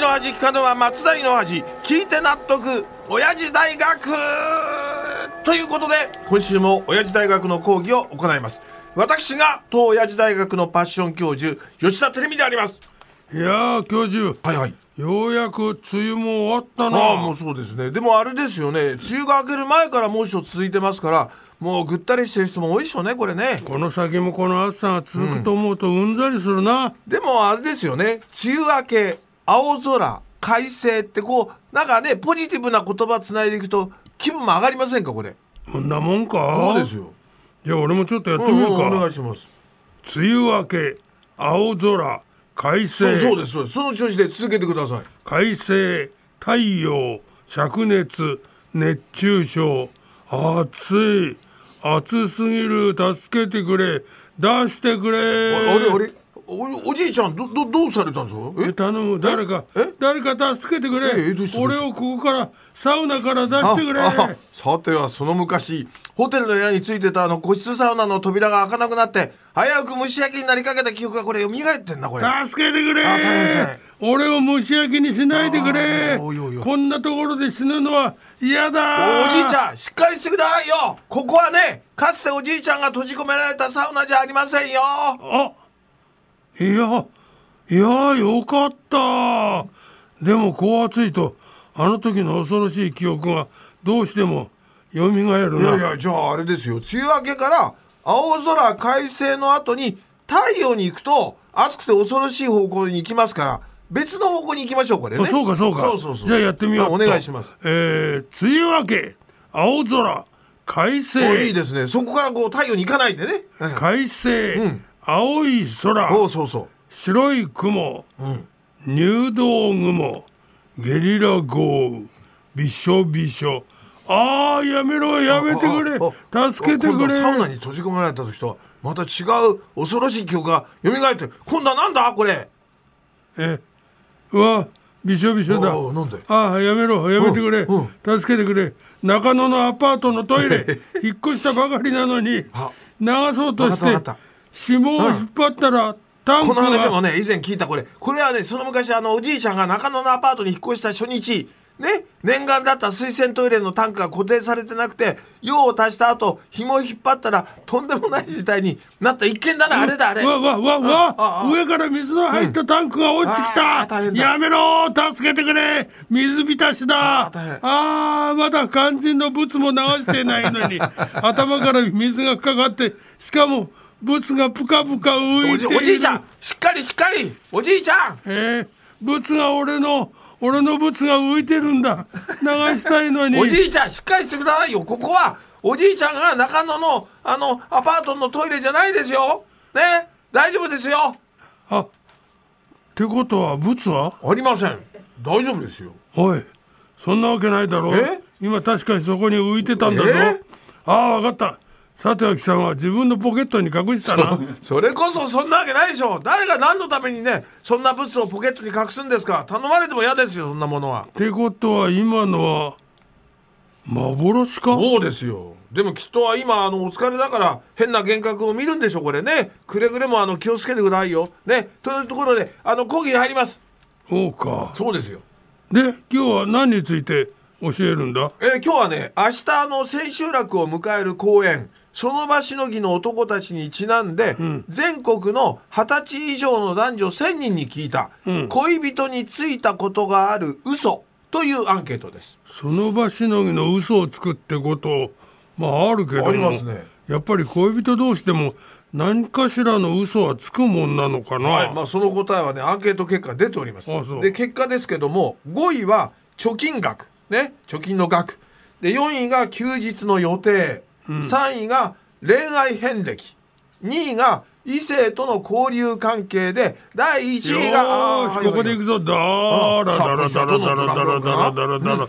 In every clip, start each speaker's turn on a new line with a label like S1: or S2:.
S1: の味角は松代の味聞いて納得親父大学ということで今週も親父大学の講義を行います私が当親父大学のパッション教授吉田照美であります
S2: いやー教授
S1: はいはい
S2: ようやく梅雨も終わった
S1: ああ
S2: な
S1: もうそうですねでもあれですよね梅雨が明ける前から猛暑続いてますからもうぐったりしてる人も多いでしょうねこれね
S2: この先もこの暑さが続くと思うとうんざりするな、
S1: でもあれですよね梅雨明け青空快晴ってこうなんかねポジティブな言葉つないでいくと気分も上がりませんかこれ
S2: こんなもんか
S1: そうですよ
S2: じゃあ俺もちょっとやって
S1: うん
S2: み
S1: う
S2: ようんか、
S1: お願いします
S2: 梅雨明け青空快
S1: そう
S2: 晴
S1: そうですそうですその調子で続けてください
S2: 快晴太陽灼熱熱中症暑い暑すぎる助けてくれ出してくれ
S1: あれあれおおじいちゃんどどどうされたんですか
S2: え
S1: え
S2: 頼む誰か
S1: え
S2: 誰か助けてくれ
S1: ええどうした
S2: 俺をここからサウナから出してくれ
S1: ああさてはその昔ホテルの部屋についてたあの個室サウナの扉が開かなくなって危うく蒸し焼きになりかけた記憶がこれ蘇ってんなこれ
S2: 助けてくれ
S1: あ大変大変
S2: 俺を蒸し焼きにしないでくれ
S1: あおいおいおい
S2: こんなところで死ぬのは嫌だ
S1: おじいちゃんしっかりしてくださいよここはねかつておじいちゃんが閉じ込められたサウナじゃありませんよ
S2: あいやいやよかったでもこう暑いとあの時の恐ろしい記憶がどうしても蘇るない
S1: やいやじゃああれですよ梅雨明けから青空快晴の後に太陽に行くと暑くて恐ろしい方向に行きますから別の方向に行きましょうこれね
S2: あそうかそうか
S1: そうそうそう
S2: じゃあやってみよう
S1: お願いします
S2: えー、梅雨明け青空快
S1: おい
S2: 晴
S1: いですねそこからこう太陽に行かないでね、はい
S2: 快晴、
S1: うん
S2: 青い空
S1: おうそうそ
S2: 白い雲
S1: う、うん、
S2: 入道雲ゲリラ豪雨びしょびしょあーやめろやめてくれ
S1: あああ
S2: 助けて
S1: 今
S2: く
S1: 度
S2: れ
S1: サウナに閉じ込められた時とはまた違う恐ろしい記憶が蘇ってる今度はなんだこれ
S2: えうわびしょびしょだ
S1: おうなんで
S2: ああやめろやめてくれ、
S1: うん
S2: 助けてくれ中野のアパートのトイレ引っ越したばかりなのに流
S1: あ
S2: そうと
S1: わかっ
S2: した
S1: わかってた
S2: 紐を引っ張ったらタ
S1: こ
S2: ンク
S1: の話も
S2: が
S1: ね以前聞いたこれこれはねその昔あのおじいちゃんが中野のアパートに引っ越した初日ね念願だった水洗トイレのタンクが固定されてなくて用を足した後紐を引っ張ったらとんでもない事態になった一見だ なあれだあれ
S2: うわうわうわう
S1: あ
S2: わ
S1: あ
S2: 上から水の入ったタンクが落ちてき
S1: あー
S2: た、
S1: 大変だ
S2: やめろ助けてくれ水浸しだ
S1: あー大変
S2: あーまだ肝心のブツも流してないのに 頭から水がかかってしかもブツがぷかぷか浮
S1: お
S2: いて
S1: じ
S2: いる
S1: おじいちゃんしっかりしっかりおじいちゃん
S2: えー、ブツが俺の俺のブツが浮いてるんだ流したいのに
S1: おじいちゃんしっかりしてくださいよここはおじいちゃんが中野のあのアパートのトイレじゃないですよね大丈夫ですよ
S2: あってことはブツは
S1: ありません大丈夫ですよ
S2: おいそんなわけないだろ
S1: え
S2: 今確かにそこに浮いてたんだぞ
S1: え
S2: ああ分かったさては貴様は自分のポケットに隠したな
S1: それこそそんなわけないでしょ誰が何のためにねそんな物をポケットに隠すんですか頼まれても嫌ですよそんなものは
S2: ってことは今のは幻か
S1: そうですよでもきっとは今あのお疲れだから変な幻覚を見るんでしょこれねくれぐれもあの気をつけてくださいよねというところであの講義に入ります
S2: そうか
S1: そうですよ
S2: で今日は何について教えるんだ
S1: えー今日はね明日あの千秋楽を迎える公演その場しのぎの男たちにちなんで、
S2: ん
S1: 全国の二十歳以上の男女1,000人に聞いた、
S2: うん
S1: 恋人についたことがある嘘というアンケートです。
S2: その場しのぎの嘘をつくってことまああるけども
S1: ありますね
S2: やっぱり恋人同士でも何かしらの嘘はつくもんなのかな、
S1: はい、まあその答えはねアンケート結果出ております
S2: あそう
S1: で結果ですけども5位は貯金額ね貯金の額で4位が休日の予定、3位が恋愛遍歴2位が異性との交流関係で第1位が
S2: よーしここで行くぞだーらだらだらだらだらだらだらだら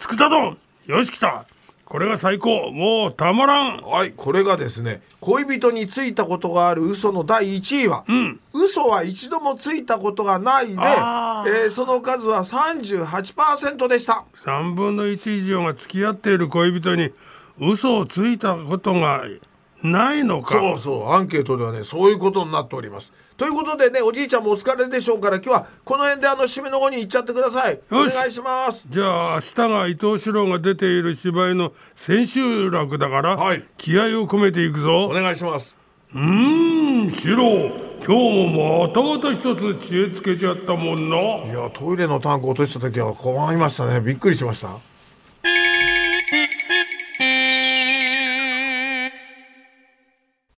S2: つくたどよし来たこれが最高もうたまらん
S1: はい、これがですね恋人についたことがある嘘の第1位は、
S2: ん
S1: 嘘は一度もついたことがないで、え
S2: あー
S1: ーその数は38%でした。
S2: 3分の1以上が付き合っている恋人に嘘をついたことがないのか
S1: そうそうアンケートではねそういうことになっておりますということでねおじいちゃんもお疲れでしょうから今日はこの辺であの締めの後に行っちゃってくださいお
S2: よし
S1: 願いします
S2: じゃあ明日が伊藤四郎が出ている芝居の千秋楽だから、
S1: はい
S2: 気合を込めていく
S1: お
S2: ぞ
S1: 願いします
S2: うーん四郎今日もまたまた一つ知恵つけちゃったもんない
S1: やトイレのタンク落とした時は困りましたねびっくりしました